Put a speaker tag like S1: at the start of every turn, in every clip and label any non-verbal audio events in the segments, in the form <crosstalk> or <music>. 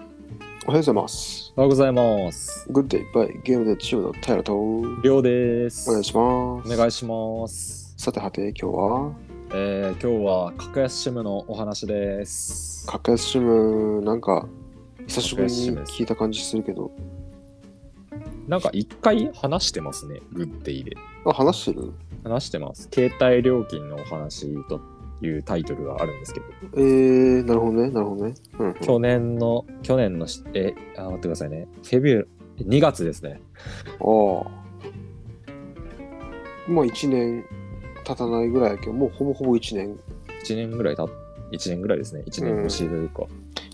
S1: おはようございます。
S2: おはようございます。
S1: グッデイバイゲームでチームのタイラとお
S2: りょうです。
S1: 願いします。
S2: お願いします。
S1: さてはて、今日は
S2: えー、今日は格安シムのお話です。
S1: 格安シムなんか久しぶりに
S2: 格安 SIM です
S1: 聞いた感じするけど、
S2: なんか一回話してますね、グッデイで。
S1: あ話してる
S2: 話してます。携帯料金のお話というタイトルがあるんですけど、
S1: えー、なるほどね、なるほどね。うん、うん。
S2: 去年の、去年のし、え、あ、待ってくださいね。フェビュー、2月ですね。
S1: ああ。まあ1年経たないぐらいやけど、もうほぼほぼ1年、
S2: 1年ぐらいた、1年ぐらいですね。1年越しというか。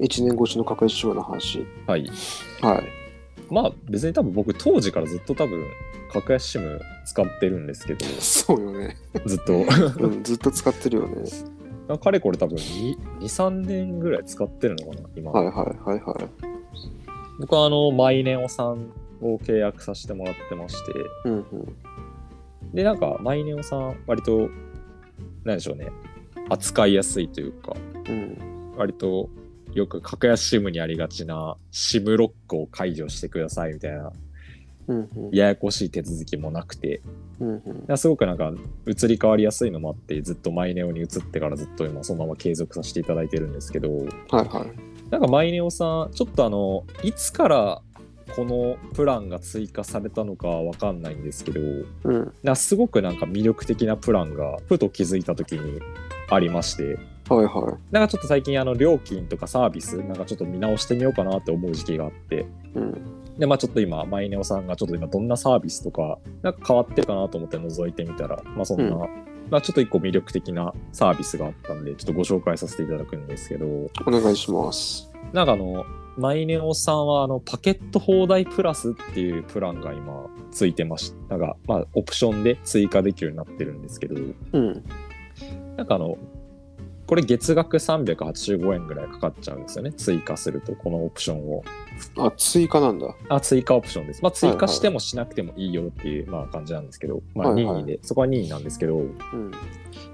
S1: 1年越しの格安シムの話。
S2: はい。
S1: はい。
S2: まあ別に多分僕当時からずっと多分格安シム使ってるんですけど、
S1: そうよね。
S2: ずっと。
S1: う
S2: <laughs>
S1: ん、ずっと使ってるよね。
S2: あかれこれ多分23年ぐらい使ってるのかな今、
S1: はいはいはいはい。
S2: 僕はあの毎年おさんを契約させてもらってまして
S1: うんうん。
S2: でなんか毎年おさん割と何でしょうね扱いやすいというか
S1: うん、
S2: 割とよく格安 SIM にありがちな SIM ロックを解除してくださいみたいな
S1: うんうん、
S2: ややこしい手続きもなくて
S1: うんうん。
S2: すごくなんか移り変わりやすいのもあってずっとマイネオに移ってからずっと今そのまま継続させていただいてるんですけど、
S1: はいはい。
S2: なんかマイネオさん、ちょっとあの、いつからこのプランが追加されたのかわかんないんですけど、
S1: うん。
S2: なすごくなんか魅力的なプランが、ふと気づいた時にありまして、
S1: はいは
S2: なんかちょっと最近あの、料金とかサービス、なんかちょっと見直してみようかなって思う時期があって、
S1: い。うん。
S2: で、まあちょっと今、マイネオさんがちょっと今どんなサービスとか、なんか変わってるかなと思って覗いてみたら、まあそんな、
S1: う
S2: まあちょっと一個魅力的なサービスがあったんで、ちょっとご紹介させていただくんですけど、
S1: お願いします。
S2: なんかあの、マイネオさんはあのパケット放題プラスっていうプランが今ついてましたが、まあ、オプションで追加できるようになってるんですけど、
S1: うん。
S2: なんかあの、これ月額385円ぐらいかかっちゃうんですよね。追加すると、このオプションを。
S1: あ、追加なんだ。
S2: あ、追加オプションです。まあ、追
S1: はいは
S2: 加
S1: い
S2: してもしなくてもいいよっていう、まあ、感じなんですけど、まあ、
S1: はい
S2: 任意で、
S1: はい
S2: そこは任意なんですけど、
S1: うん。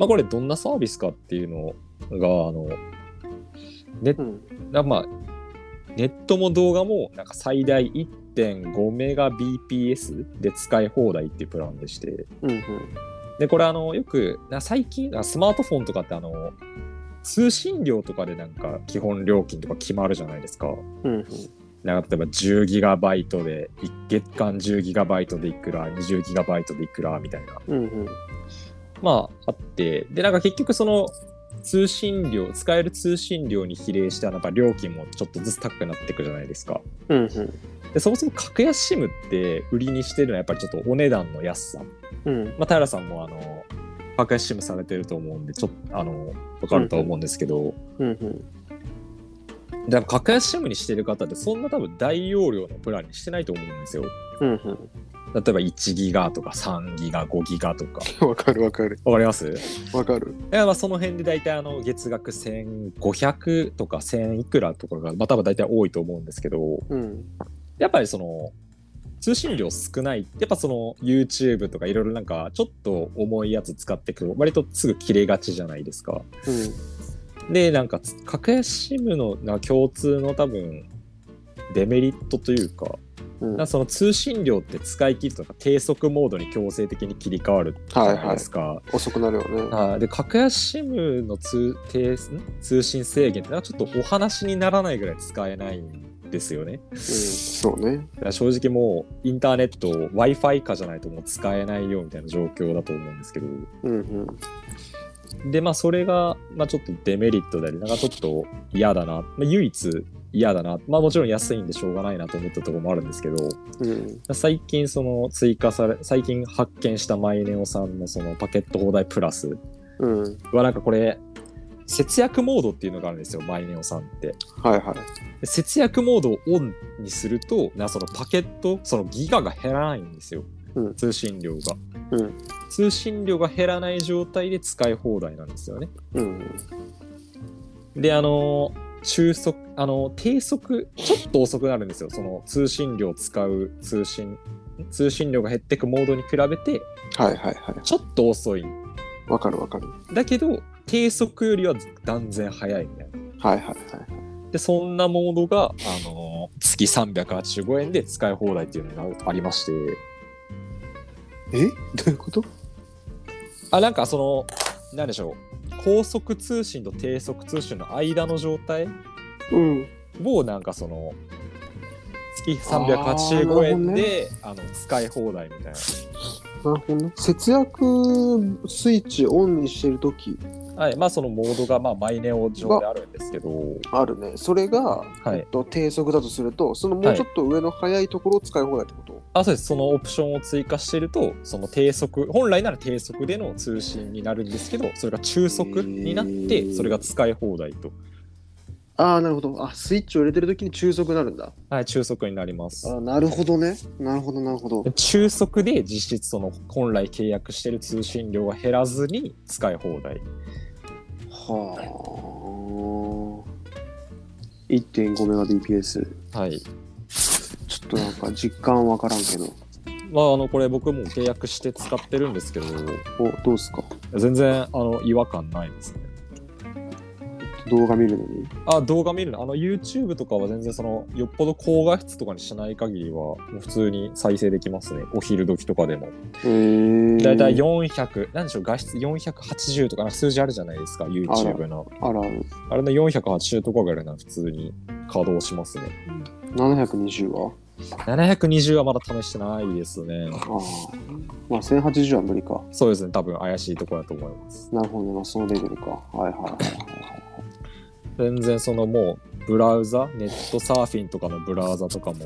S2: まあ、これどんなサービスかっていうのが、あの、
S1: うん。
S2: だまあネットも動画もなんか最大1.5メガ BPS で使い放題っていうプランでして
S1: うん。
S2: でこれあのよくな最近あスマートフォンとかってあの通信料とかでなんか基本料金とか決まるじゃないですか。
S1: うん。うん。
S2: なんか例えば10ギガバイトでい月間10ギガバイトでいくら20ギガバイトでいくらみたいな
S1: うん。うん。
S2: まああってでなんか結局その通信料使える通信料に比例してなんか料金もちょっとずつ高くなっていくじゃないですか。
S1: うん。
S2: でそもそも格安 SIM って売りにしてるのはやっぱりちょっとお値段の安さ、
S1: うん。
S2: まあ、平さんもあの格安 SIM されてると思うんでちょっとあの分かると思うんですけど、
S1: うん。
S2: でも格安 SIM にしてる方ってそんな多分大容量のプランにしてないと思うんですよ
S1: うん。
S2: 例えば1ギガとか3ギガ5ギガとか
S1: わかるわかる。
S2: わかります
S1: わかる。
S2: だからまあその辺で大体あの月額1500とか1000いくらとかがまあ多分大体多いと思うんですけど
S1: うん。
S2: やっぱりその通信量少ないやっぱその YouTube とかいろいろなんかちょっと重いやつ使ってくる割とすぐ切れがちじゃないですかでなんかつ格安 SIM のなんか共通の多分デメリットというか
S1: うん。うん。は
S2: なんか
S1: い
S2: その通信量って使い切るとか低速モードに強制的に切り替わるじゃない
S1: は
S2: ですか、
S1: い。遅くなるよね。
S2: あーで格安 SIM の通低ん通信制限ってなんかちょっとお話にならないぐらい使えないんですよね
S1: うん。そうね。
S2: だから正直もうインターネットを w i f i 化じゃないともう使えないよみたいな状況だと思うんですけど
S1: うん。
S2: でまあそれが、まあ、ちょっとデメリットでありなんかちょっと嫌だな、まあ、唯一嫌だなまあもちろん安いんでしょうがないなと思ったところもあるんですけど
S1: うん。うん。
S2: 最近その追加され最近発見したマイネオさんのそのパケット放題プラス
S1: うん。
S2: はなんかこれ節約モードっていうのがあるんですよマイネオさんって
S1: はいはい。
S2: で節約モードをオンにするとなそのパケットそのギガが減らないんですよ、
S1: うん
S2: 通信量が、
S1: うん
S2: 通信量が減らない状態で使い放題なんですよね
S1: うん。
S2: であのー中速あのー低速ちょっと遅くなるんですよその通信量を使う通信通信量が減ってくモードに比べて
S1: はいはいはい。
S2: ちょっと遅い
S1: わかるわかる。
S2: だけど低速よりは断然速いみたいな
S1: はいはいはい。
S2: でそんなモードが、あのー月385円で使い放題っていうのがありまして、
S1: えどういうこと
S2: あ、なんかその、なんでしょう、高速通信と低速通信の間の状態
S1: うん。
S2: をなんかその、月
S1: あーなるほど
S2: 385
S1: ね
S2: 円であ、の使い放題みた
S1: な
S2: いな。
S1: るほどね。節約スイッチオンにしてるとき
S2: はい、まあそのモードがまあマイネオ上であるんですけど、
S1: あるね。それが、
S2: はい
S1: えっと、低速だとすると、そのもうちょっと上の速いところを使い放題ってこと、
S2: あそうですそのオプションを追加しているとその低速本来なら低速での通信になるんですけどそれが中速になっ
S1: へ
S2: て
S1: ー
S2: それが使い放題と、
S1: ああ、なるほど。あ、スイッチを入れてるときに中速になるんだ。
S2: はい、中速になります
S1: あなるほどね。なるほど、なるほど。
S2: 中速で実質その本来契約している通信量が減らずに使い放題
S1: はあ。1.5メガ DPS。
S2: はい
S1: ちょっとなんか実感わからんけど。
S2: まああのこれ僕もう契約して使ってるんですけど
S1: お、どうすか
S2: 全然あの違和感ないですね
S1: 動画見るのに。
S2: あ動画見るのあの YouTube とかは全然そのよっぽど高画質とかにしない限りはもう普通に再生できますねお昼時とかでも
S1: えー
S2: だいたい400、なんでしょう、画質480とかなんか数字あるじゃないですか、YouTube の。
S1: あらある。
S2: あれの480とかぐらいなら普通に稼働しますね。
S1: 720は
S2: 720はまだ試してないですね。
S1: ああ。まあ、1080は無理か。
S2: そうですね、多分怪しいところだと思います。
S1: なるほどね。まあ、そのレベルか。はいはいはいはい。
S2: 全然そのもう、ブラウザ、ネットサーフィンとかのブラウザとかも、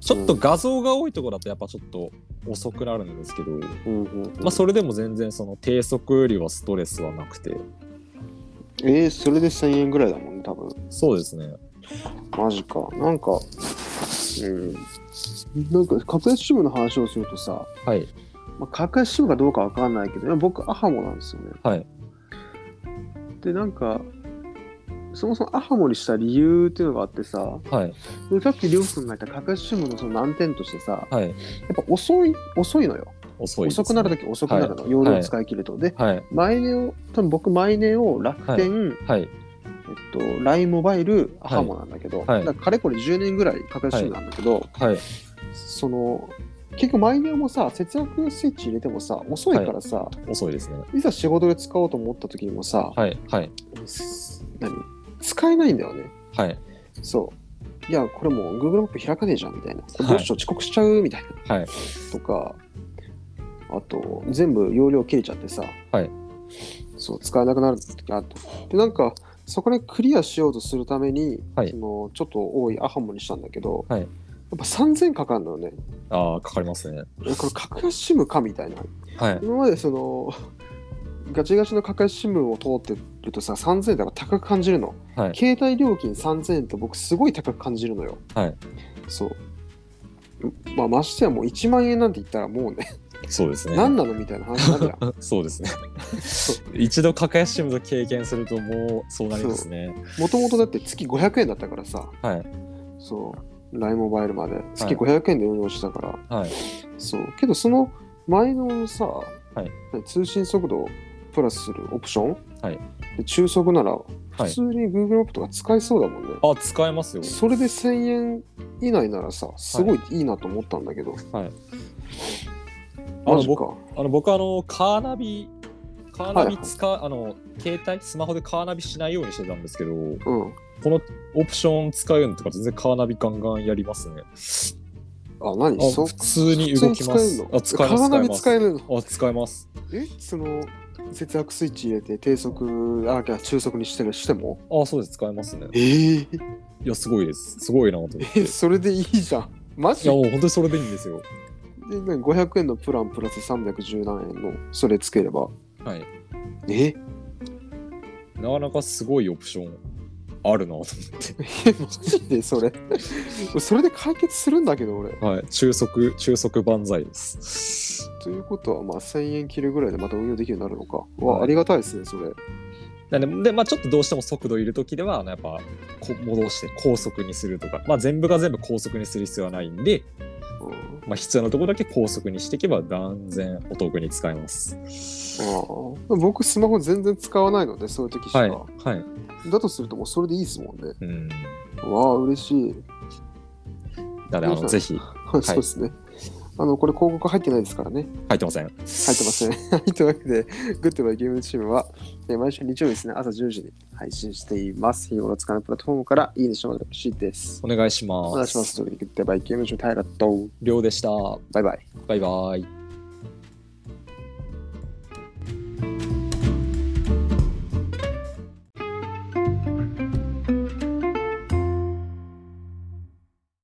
S2: ちょっと画像が多いところだとやっぱちょっと遅くなるんですけど、
S1: うんうんうん
S2: まあそれでも全然その低速よりはストレスはなくて、
S1: えー、それで1000円ぐらいだもんね、多分。
S2: そうですね。
S1: マジか。なんか、うん。なんか、格安支部の話をするとさ、
S2: はい、
S1: まあ、格安支部かどうかわかんないけど、僕、アハモなんですよね。
S2: はい、
S1: で、なんか、そもそもアハモにした理由っていうのがあってさ、
S2: はい、
S1: でさっきりょうくんが言った格安支部のその難点としてさ、や
S2: はい。
S1: っぱ遅い、遅いのよ。
S2: 遅いですね
S1: 遅くなるとき遅くなるの、容量使い切ると。で、
S2: はい、
S1: マイネを、多分僕、マイネを楽天、
S2: はい。
S1: えっと、LINE モバイル、アハモなんだけど、
S2: はい
S1: だからかれこれ10年ぐらい格安支部なんだけど、
S2: はい、
S1: その、結局マイネもさ、節約スイッチ入れてもさ、遅いからさ、
S2: 遅いですね。
S1: い、ざ仕事で使おうと思った時にもさ、
S2: はい、はい、
S1: す何使えないんだよね。
S2: はい、
S1: そう。いや、これもう Google マップ開かねえじゃんみたいな。これ
S2: は
S1: ど
S2: い
S1: うしよう、遅刻しちゃうみたいな。
S2: はい、
S1: とか、あと、全部容量切れちゃってさ、
S2: はい
S1: そう、使えなくなる時があると。で、なんか、そこでクリアしようとするために、
S2: はい
S1: そのちょっと多いアハモにしたんだけど、
S2: はい
S1: やっぱ3000かかるのよね。
S2: ああ、かかりますね。
S1: えこれ、格安シムかみたいな。
S2: はい、
S1: 今までその、ガチガチの格安シムを通ってるとさ、3000円だから高く感じるの。
S2: はい、
S1: 携帯料金3000円って僕すごい高く感じるのよ。
S2: はい
S1: そう。まあ、ましてやもう1万円なんて言ったらもうね、
S2: そうですね。
S1: 何なのみたいな話になるじゃん。
S2: <laughs> そうですね。一度格安シムと経験すると、もうそうなりますね。
S1: もともとだって月500円だったからさ、
S2: はい、
S1: そう、LINE モバイルまで月500円で運用してたから、
S2: はい、
S1: そう、けどその前のさ、
S2: い
S1: 通信速度をプラスするオプション、
S2: はい
S1: で中速なら
S2: は
S1: 普
S2: い
S1: 通。に Google マップとか使えそうだもんね。
S2: あ、使えますよ。
S1: それで1000円以内ならさ、すごいいいなと思ったんだけど、
S2: はい。あ
S1: マ
S2: の、
S1: ジ
S2: 僕、
S1: か。
S2: あの、僕、あの、カーナビ。カーナ
S1: はい
S2: ビ
S1: はい
S2: 使う、あの、携帯、スマホでカーナビしないようにしてたんですけど。
S1: うん。
S2: このオプション使うのとか、全然カーナビガンガンやりますね。
S1: あ、何
S2: あ、
S1: そ
S2: 普通に動きます。あ、
S1: 普
S2: 使
S1: 通に使えるの
S2: えます。
S1: カーナビ使
S2: え
S1: えるの
S2: ます。あ、使えます。
S1: えその節約スイッチ入れて低速あいや中速にしてるしても
S2: あ、そうです。使えますね。
S1: えー、
S2: いや、すごいです。すごいなと思って。
S1: えそれでいいじゃんマ
S2: い
S1: ジ
S2: や、
S1: で
S2: もう本当にそれでいいんですよ。
S1: 何500円のプランプラス310何円のそれつければ
S2: はい。
S1: ええ
S2: なかなかすごいオプションあるなと思
S1: マジでそれ <laughs> それで解決するんだけど俺
S2: って。はい。中速、中速万歳です。
S1: ということはまあ1000円切るぐらいでまた運用できるようになるのかわ、
S2: はい
S1: ありがたいですねそれ
S2: なんで、でまあ、ちょっとどうしても速度いるときでは、あのやっぱ、こ戻して高速にするとか、まあ、全部が全部高速にする必要はないんで、
S1: うん
S2: まあ、必要なところだけ高速にしていけば断然お得に使えます。
S1: ああ僕スマホ全然使わないのでそういう時しか、
S2: はい。はい。
S1: だとするともうそれでいいですもんね
S2: うん。
S1: わあ嬉しい
S2: なので、あの、ぜひ、い
S1: <laughs> そうですね。あのこれ広告入ってないですからね。
S2: 入ってません。
S1: 入ってません。はい、というわけで、グッドバイゲームチームは、えー毎週日曜日ですね、朝10時に配信しています。日頃使うプラットフォームからいいねしてもらってほしいです。
S2: お願いします。
S1: お願いします。というわけで、グッドバイゲームチーム、平と、
S2: りょうでした。
S1: バイバイ。
S2: バイバイ。